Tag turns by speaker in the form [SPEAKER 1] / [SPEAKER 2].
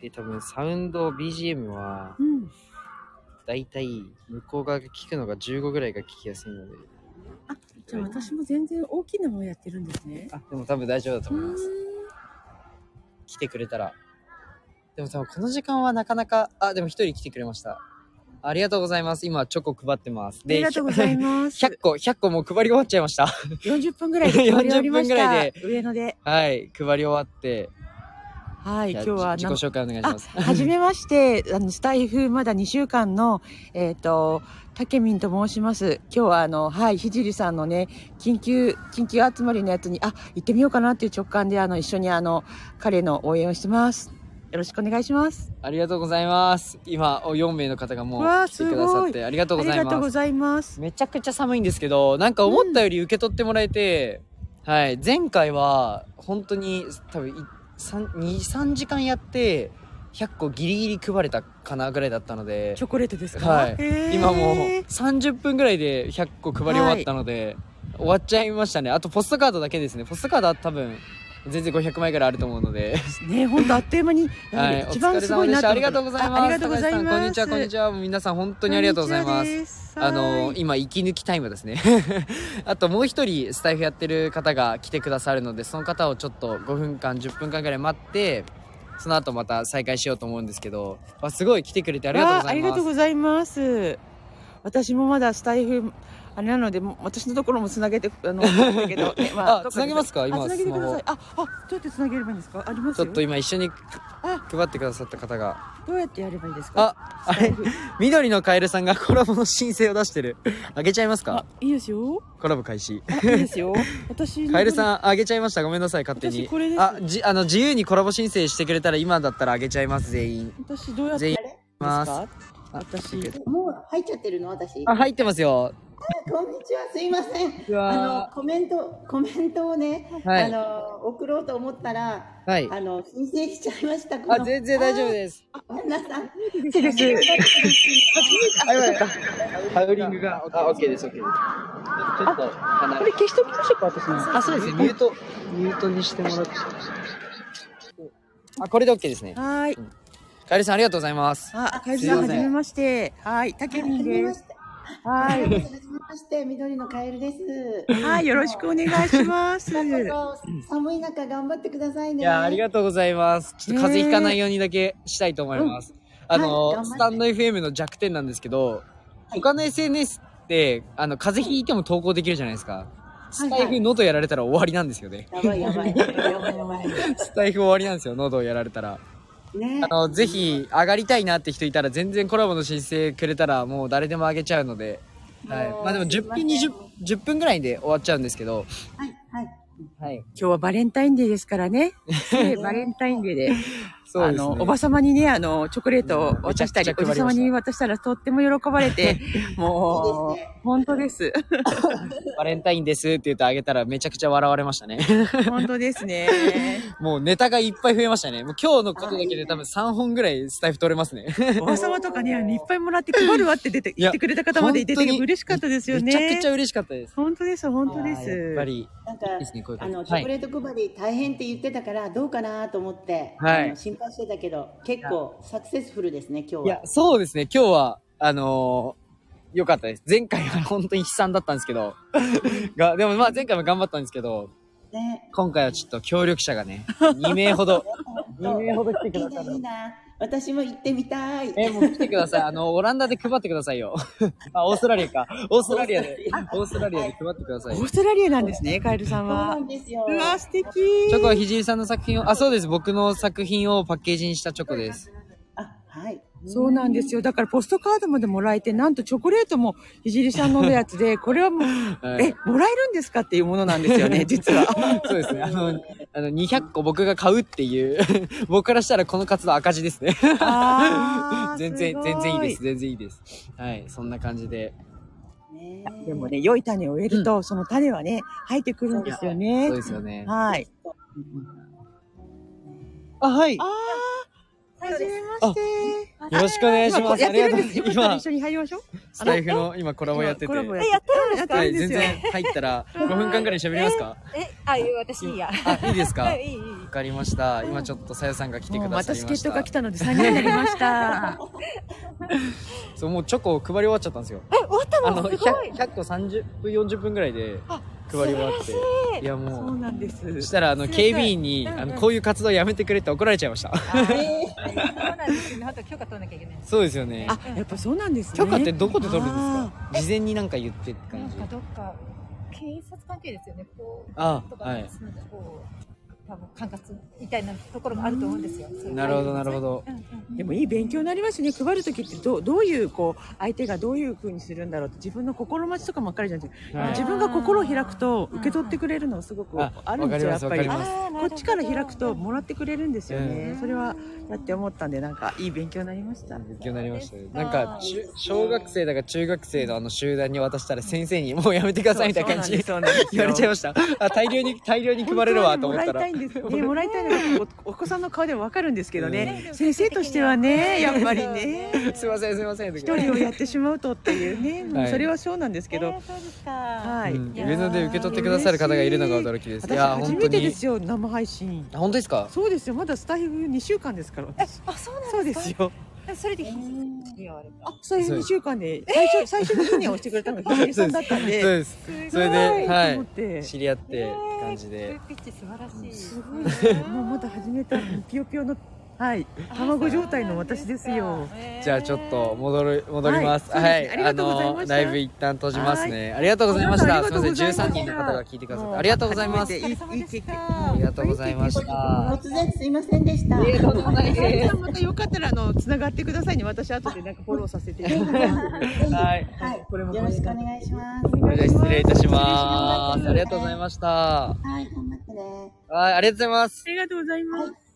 [SPEAKER 1] で、多分サウンド、BGM は、
[SPEAKER 2] うん。
[SPEAKER 1] だいたい向こう側が聞くのが15ぐらいが聞きやすいので。
[SPEAKER 2] あ、じゃあ私も全然大きなものやってるんですね。
[SPEAKER 1] あ、でも多分大丈夫だと
[SPEAKER 2] う
[SPEAKER 1] 思い
[SPEAKER 2] ーん
[SPEAKER 1] ます。来てくれたら。でも多分この時間はなかなか、あ、でも一人来てくれました。ありがとうございます。今チョコ配ってます。
[SPEAKER 2] ありがとうござい
[SPEAKER 1] ま
[SPEAKER 2] ます。
[SPEAKER 1] 100個、100個もう配り終わっちゃいました。
[SPEAKER 2] 40分ぐら いで終わりまし
[SPEAKER 1] 40分ぐら
[SPEAKER 2] た
[SPEAKER 1] い。
[SPEAKER 2] 上野で。
[SPEAKER 1] はい、配り終わって。
[SPEAKER 2] はい、
[SPEAKER 1] じゃ
[SPEAKER 2] 今
[SPEAKER 1] あ
[SPEAKER 2] 日は
[SPEAKER 1] 自己
[SPEAKER 2] な
[SPEAKER 1] 紹介お願いし
[SPEAKER 2] あ
[SPEAKER 1] ます。、
[SPEAKER 2] はじめまして、あのスタイフまだ2週間の、えっ、と、たけみんと申します。今日はあの、はい、ひじりさんのね、緊急、緊急集まりのやつに、あ、行ってみようかなっていう直感で、あの、一緒にあの、彼の応援をしてます。よろしくお願いします。
[SPEAKER 1] ありがとうございます。今、お4名の方がもう
[SPEAKER 2] うわー
[SPEAKER 1] 来てくださっ
[SPEAKER 2] すご
[SPEAKER 1] て、ありがとう
[SPEAKER 2] あ
[SPEAKER 1] ご
[SPEAKER 2] り
[SPEAKER 1] ざい
[SPEAKER 2] がと
[SPEAKER 1] ま
[SPEAKER 2] うご
[SPEAKER 1] す。
[SPEAKER 2] ざいます。
[SPEAKER 1] めちゃくちゃ寒いんですけど、なんか思ったより受け取ってもらえて、はい、前回は、本当に、多分い三2、3時間やって、100個ギリギリ配れたかなぐらいだったので、
[SPEAKER 2] チョコレートですか
[SPEAKER 1] はい
[SPEAKER 2] へー
[SPEAKER 1] 今もう30分ぐらいで100個配り終わったので、終わっちゃいましたね。あとポストカードだけですね。ポストカードは多分、全然500枚ぐらいあると思うので。
[SPEAKER 2] ね、本当あっという間
[SPEAKER 1] は
[SPEAKER 2] に、なん
[SPEAKER 1] い、
[SPEAKER 2] か一番すごいなと
[SPEAKER 1] お疲れ様でしたあ
[SPEAKER 2] 思
[SPEAKER 1] りがとうござ
[SPEAKER 2] ったの
[SPEAKER 1] います。
[SPEAKER 2] あありがとうございます。
[SPEAKER 1] 高橋さんこんにちは、こんにちは。皆さん本当にありがとうございます。
[SPEAKER 2] す
[SPEAKER 1] あの、今、息抜きタイムですね。 あともう一人、スタイフやってる方が来てくださるので、その方をちょっと5分間、10分間ぐらい待って、その後また再開しようと思うんですけど、わすごい来てくれてありがとうござい
[SPEAKER 2] わあありが
[SPEAKER 1] ま
[SPEAKER 2] とう
[SPEAKER 1] す。
[SPEAKER 2] ございます。私もまだスタイフ、あれなので、もう私のところもつなげて、 あの、だけど、ね
[SPEAKER 1] あつなげますか今
[SPEAKER 2] あ、つなげてくだ
[SPEAKER 1] スマホ
[SPEAKER 2] さい。あ、あ、どうやってつなげればいいんですかあります
[SPEAKER 1] ちょ
[SPEAKER 2] よ
[SPEAKER 1] っと今一緒に配ってくださった方が。
[SPEAKER 2] どうやってやればいいです
[SPEAKER 1] あ、
[SPEAKER 2] かあ
[SPEAKER 1] あれ、緑のカエルさんがコラボの申請を出してる。あげちゃいます
[SPEAKER 2] あ
[SPEAKER 1] か、
[SPEAKER 2] いいですよ。
[SPEAKER 1] コラボ開始。
[SPEAKER 2] あいいですよ。私の、
[SPEAKER 1] カエルさんあげちゃいましたごめんなさい勝手に
[SPEAKER 2] 私これです
[SPEAKER 1] あじあの自由にコラボ申請してくれたら今だったらあげちゃいます全員
[SPEAKER 2] 私どうやって
[SPEAKER 1] 全員
[SPEAKER 2] や
[SPEAKER 1] あ
[SPEAKER 2] れ
[SPEAKER 1] ま
[SPEAKER 2] ばい
[SPEAKER 1] す
[SPEAKER 2] いですか
[SPEAKER 1] あ
[SPEAKER 2] 私
[SPEAKER 1] 見てくれ
[SPEAKER 3] もう入っちゃってるの私。
[SPEAKER 1] あ入ってますよ
[SPEAKER 3] こんにちは、すいません。
[SPEAKER 1] ちは
[SPEAKER 3] あのコメントコメントをね、
[SPEAKER 1] はい
[SPEAKER 3] あの送ろうと思ったら、
[SPEAKER 1] はい
[SPEAKER 3] あの申請しちゃいました。こ
[SPEAKER 1] あ
[SPEAKER 3] の
[SPEAKER 1] 全然大丈夫です
[SPEAKER 3] ごめんなさい。
[SPEAKER 2] いいです。
[SPEAKER 1] あやばいハウリングがあオッケーですオッケーですちょっと離
[SPEAKER 2] これ消しときましょうか、私の。
[SPEAKER 1] あそうですねミュートミュートにしてもらってあこれでオッケーですね
[SPEAKER 2] はい。
[SPEAKER 1] カエルさんありがとうございます
[SPEAKER 2] あ、カエルさん、
[SPEAKER 1] す
[SPEAKER 2] は
[SPEAKER 1] いま
[SPEAKER 2] じ
[SPEAKER 1] せん
[SPEAKER 2] めまして。はい、たけみん
[SPEAKER 3] め
[SPEAKER 2] で
[SPEAKER 3] ますし。て。
[SPEAKER 2] は。
[SPEAKER 3] はいじめまして、緑のカエルです。
[SPEAKER 2] はい、よろしくお願い します。
[SPEAKER 3] こそ寒い中頑張ってください
[SPEAKER 1] い
[SPEAKER 3] ね。
[SPEAKER 1] やーありがとうございます。ちょっと風邪ひかないようにだけしたいと思います。あの、
[SPEAKER 3] はい頑張って
[SPEAKER 1] スタンド FM の弱点なんですけど、他の SNS って、あの、風邪ひいても投稿できるじゃないですか。スタイフ喉やられたら終わりなんですよね。
[SPEAKER 3] やばいやばい。やばいやばい。
[SPEAKER 1] スタイフ終わりなんですよ、喉やられたら。
[SPEAKER 3] ね
[SPEAKER 1] あ。の、ぜひ、上がりたいなって人いたら、全然コラボの申請くれたら、もう誰でもあげちゃうので。はい。
[SPEAKER 3] もう
[SPEAKER 1] まあでも10分、
[SPEAKER 3] すい
[SPEAKER 1] 20
[SPEAKER 3] ま、
[SPEAKER 1] 10分ぐらいで終わっちゃうんですけど。
[SPEAKER 3] はいはい。
[SPEAKER 1] はい。
[SPEAKER 2] 今日はバレンタインデーですからね。 ねバレンタインデーで。
[SPEAKER 1] そう
[SPEAKER 2] あ
[SPEAKER 1] ですね。
[SPEAKER 2] の、おば様にね、あの、チョコレートを渡した
[SPEAKER 1] め
[SPEAKER 2] り、
[SPEAKER 1] ちゃく
[SPEAKER 2] お
[SPEAKER 1] ちゃ配りま
[SPEAKER 2] じ
[SPEAKER 1] した
[SPEAKER 2] 様に渡したらとっても喜ばれて、 もう、
[SPEAKER 3] いいですね
[SPEAKER 2] 本当です。
[SPEAKER 1] バレンタインですって言ってあげたら、めちゃくちゃ笑われましたね。
[SPEAKER 2] 本当ですね。
[SPEAKER 1] もうネタがいっぱい増えましたね。もう今日のことだけで多分3本ぐらいスタイフ取れますね。
[SPEAKER 2] おば様とかね、あのいっぱいもらって配るわって出て、
[SPEAKER 1] いや
[SPEAKER 2] 言ってくれた方までいて
[SPEAKER 1] 本当
[SPEAKER 2] て
[SPEAKER 1] に
[SPEAKER 2] 嬉しかったですよ
[SPEAKER 1] め
[SPEAKER 2] ね。
[SPEAKER 1] ちゃくちゃ嬉しかったです。
[SPEAKER 2] 本当です、本当で
[SPEAKER 1] いやーや
[SPEAKER 2] す
[SPEAKER 1] っぱ。り。
[SPEAKER 3] なんか
[SPEAKER 1] いいですねこういうこ
[SPEAKER 3] あ
[SPEAKER 1] と
[SPEAKER 3] のチョコレート配り大変って言ってたからどうかなと思って、
[SPEAKER 1] はい
[SPEAKER 3] あの心配してたけど結構サクセスフルですね今
[SPEAKER 1] い
[SPEAKER 3] 日
[SPEAKER 1] や
[SPEAKER 3] は、。
[SPEAKER 1] そうですね。今日は、あのー、良かったです。前回は本当に悲惨だったんですけど。 が、でもまあ前回も頑張ったんですけど、
[SPEAKER 3] ね、
[SPEAKER 1] 今回はちょっと協力者がね、2名ほ ど、2名ほど来てく
[SPEAKER 3] いい
[SPEAKER 1] だ
[SPEAKER 3] な
[SPEAKER 1] さ
[SPEAKER 3] いい
[SPEAKER 1] る。
[SPEAKER 3] な。私も行ってみたい。
[SPEAKER 1] え、もう来てください。あの、オランダで配ってくださいよ。 あ、オーストラリアか。オーストラリアで、 オーストラリアで配ってくださ
[SPEAKER 2] オ
[SPEAKER 1] い。
[SPEAKER 2] ーストラリアなんですね、カエルさん
[SPEAKER 3] そうな
[SPEAKER 2] は
[SPEAKER 3] ん。ですよ。
[SPEAKER 2] うわ、素敵。
[SPEAKER 1] チョコはひじりさんの作品を、あ、そうです。僕の作品をパッケージにしたチョコです。
[SPEAKER 3] あ、はい。
[SPEAKER 2] そうなんですよ。だからポストカードまでもらえて、なんとチョコレートもひじりさんのや つで、これはもう、
[SPEAKER 1] はい
[SPEAKER 2] え、もらえるんですかっていうものなんです よね、実は。
[SPEAKER 1] そうですね。あの、あの200個僕が買うっていう、 僕からしたらこの活動赤字ですね。
[SPEAKER 2] あー
[SPEAKER 1] 全然、
[SPEAKER 2] すご
[SPEAKER 1] 全然いいです。全然いいです。はい、そんな感じで。
[SPEAKER 3] ねえ
[SPEAKER 2] でもね、良い種を植えると、その種はね、生えてくるんですよね
[SPEAKER 1] そう。ですよね。
[SPEAKER 2] はい。
[SPEAKER 1] あ、はい。
[SPEAKER 2] あ
[SPEAKER 1] よ
[SPEAKER 2] ー、はじめまして。
[SPEAKER 1] ろしくお願いします。
[SPEAKER 2] や
[SPEAKER 1] あ
[SPEAKER 2] っ
[SPEAKER 1] り
[SPEAKER 2] て
[SPEAKER 1] が
[SPEAKER 2] る
[SPEAKER 1] と
[SPEAKER 2] ん
[SPEAKER 1] う
[SPEAKER 2] で
[SPEAKER 1] ご
[SPEAKER 2] す。
[SPEAKER 1] ざいま
[SPEAKER 2] よかったら
[SPEAKER 1] す。
[SPEAKER 2] 一緒に入りましょう。
[SPEAKER 1] スタイフの今コラボやってて。
[SPEAKER 2] コラボや
[SPEAKER 4] え、やってるんですか
[SPEAKER 2] っ
[SPEAKER 1] は
[SPEAKER 2] て
[SPEAKER 1] い、
[SPEAKER 2] る
[SPEAKER 1] 全
[SPEAKER 2] んですよ
[SPEAKER 1] 然入ったら5分間ぐらい喋りますか
[SPEAKER 4] え、あ、いや私いいや。
[SPEAKER 1] あ、いいですか
[SPEAKER 4] は
[SPEAKER 1] わ
[SPEAKER 4] い、いい、いい。
[SPEAKER 1] かりました。今ちょっとさやさんが来て
[SPEAKER 2] も
[SPEAKER 1] く
[SPEAKER 2] う
[SPEAKER 1] だ
[SPEAKER 2] ま
[SPEAKER 1] さ
[SPEAKER 2] た
[SPEAKER 1] い
[SPEAKER 2] チ
[SPEAKER 1] ま
[SPEAKER 2] ケ
[SPEAKER 1] し
[SPEAKER 2] ット
[SPEAKER 1] た。
[SPEAKER 2] が来たので3人になりました。
[SPEAKER 1] そう、もうチョコを配り終わっちゃったんですよ。
[SPEAKER 4] え、終わった
[SPEAKER 1] あ
[SPEAKER 4] の
[SPEAKER 1] の、
[SPEAKER 4] す
[SPEAKER 1] 100,
[SPEAKER 4] ごい。
[SPEAKER 1] 100個30分、40分ぐらいで
[SPEAKER 4] あ
[SPEAKER 1] 配り終わって
[SPEAKER 4] 素。晴
[SPEAKER 1] いや、
[SPEAKER 2] そ
[SPEAKER 1] も
[SPEAKER 2] う
[SPEAKER 1] う。
[SPEAKER 2] なんです。
[SPEAKER 1] そしたら、あの、
[SPEAKER 4] すごい
[SPEAKER 1] 警備員に、
[SPEAKER 4] うんうん
[SPEAKER 1] あの、こういう活動やめてくれって怒られちゃいました。
[SPEAKER 4] そうなんですよね。本当許可取らなきゃいけない。
[SPEAKER 1] そうですよね。
[SPEAKER 2] あ、やっぱそうなんですね。
[SPEAKER 1] 許可ってどこで取るんです
[SPEAKER 2] あ
[SPEAKER 1] か事前になんか言ってって
[SPEAKER 4] な
[SPEAKER 1] 感
[SPEAKER 4] ん
[SPEAKER 1] じ
[SPEAKER 4] か。どっか警察関係ですよね。こう
[SPEAKER 1] あ
[SPEAKER 4] と、か
[SPEAKER 1] は
[SPEAKER 4] ね、
[SPEAKER 1] い。
[SPEAKER 4] そのこう多分管轄みたいなところもあると思うんですよ。そういう
[SPEAKER 1] なるほど、なるほど。
[SPEAKER 4] うんうん
[SPEAKER 2] ーでもいい勉強になりますね。配るときってどうどういうこう相手がどういう風にするんだろうって自分の心待ちとかばっかりじゃなくて、
[SPEAKER 1] はい
[SPEAKER 2] 自分が心を開くと
[SPEAKER 4] うん
[SPEAKER 2] 受け取ってくれるのすごく
[SPEAKER 1] あ
[SPEAKER 2] あるんですよ
[SPEAKER 1] わ
[SPEAKER 2] や
[SPEAKER 1] か
[SPEAKER 2] っ
[SPEAKER 1] ります
[SPEAKER 2] ぱり。
[SPEAKER 1] わかりま
[SPEAKER 2] こ
[SPEAKER 4] あーなるほど
[SPEAKER 2] っちから開くともらってくれるんですよ
[SPEAKER 4] う
[SPEAKER 2] ね
[SPEAKER 4] ん。
[SPEAKER 2] それはやって思ったんでなんかいい勉強になりました。
[SPEAKER 1] 勉強になりましたね
[SPEAKER 4] そうですか
[SPEAKER 1] なんか中小学生だか中学生のあの集団に渡したら先生に「もうやめてください」みたいな感じで
[SPEAKER 2] そうなんです
[SPEAKER 1] 言われちゃいましたあ大量に大量に配れるわと思ったら
[SPEAKER 2] 本当はねもらいたいんです、ね、もらいたいのがおお子さんの顔でもわかるんですけどね、
[SPEAKER 4] うん
[SPEAKER 2] 先生としてはねやっぱりね
[SPEAKER 4] そう
[SPEAKER 1] すいませんすいません
[SPEAKER 2] 一人をやってしまうとっていうね、
[SPEAKER 1] はい
[SPEAKER 2] うんそれはそうなんですけ
[SPEAKER 4] え
[SPEAKER 2] ど、
[SPEAKER 4] ーそうですか。
[SPEAKER 2] はい、
[SPEAKER 1] うん、
[SPEAKER 4] いや
[SPEAKER 1] 上野で受け取ってくださる方がいるのが驚きですい
[SPEAKER 2] 私
[SPEAKER 1] や
[SPEAKER 2] 初
[SPEAKER 1] 本
[SPEAKER 2] め
[SPEAKER 1] 当
[SPEAKER 2] てで
[SPEAKER 1] に
[SPEAKER 2] すよ生配信
[SPEAKER 1] あ本当ですか
[SPEAKER 2] そうですよまだスタイフ2週間ですから
[SPEAKER 4] え
[SPEAKER 2] 私
[SPEAKER 4] あ、そうなんですか。
[SPEAKER 2] そうですよ
[SPEAKER 4] え。それで言われた。
[SPEAKER 2] あスタイフ2週間で最初最初の日に押してくれたのがひじりさんだったん
[SPEAKER 1] そう
[SPEAKER 2] で
[SPEAKER 1] です
[SPEAKER 4] す
[SPEAKER 1] それで
[SPEAKER 2] と
[SPEAKER 1] は
[SPEAKER 2] 思って
[SPEAKER 1] い知り合っ
[SPEAKER 4] え
[SPEAKER 1] て
[SPEAKER 4] ー
[SPEAKER 1] 感じで
[SPEAKER 4] こういうピッチ素晴らしい。
[SPEAKER 2] す
[SPEAKER 4] ご
[SPEAKER 2] もう まだ始めたピヨピヨのはい卵状態の私ですよ。
[SPEAKER 1] じゃあちょっと戻る戻ります
[SPEAKER 2] はい
[SPEAKER 1] はい、
[SPEAKER 2] そうですねありがとうございました
[SPEAKER 1] ライブ一旦閉じますねありがとうございまし
[SPEAKER 2] あ
[SPEAKER 1] た
[SPEAKER 2] り
[SPEAKER 1] す
[SPEAKER 2] が
[SPEAKER 1] い
[SPEAKER 2] と
[SPEAKER 1] ま
[SPEAKER 2] う
[SPEAKER 1] せん
[SPEAKER 2] ございました
[SPEAKER 1] 13人の方が聞いてくださっ
[SPEAKER 2] も
[SPEAKER 1] て
[SPEAKER 2] う
[SPEAKER 1] ありがとうございます
[SPEAKER 2] 初めていいいい経験
[SPEAKER 1] ありがとうございました
[SPEAKER 3] 突然すいませんでした。
[SPEAKER 4] とうござい
[SPEAKER 2] さゆりさんまたよかったらあのつながってくださいね。私後でなんかフォローさせていただきます。
[SPEAKER 1] はい
[SPEAKER 3] はい、
[SPEAKER 2] これも
[SPEAKER 3] よろしくお願いします。
[SPEAKER 1] それでは失礼いたし
[SPEAKER 3] お願いし
[SPEAKER 1] ま
[SPEAKER 3] ます
[SPEAKER 1] す。ありがとうございました。はい、
[SPEAKER 3] はい、頑張ってね。
[SPEAKER 1] ありがとうございます。
[SPEAKER 2] ありがとうございます。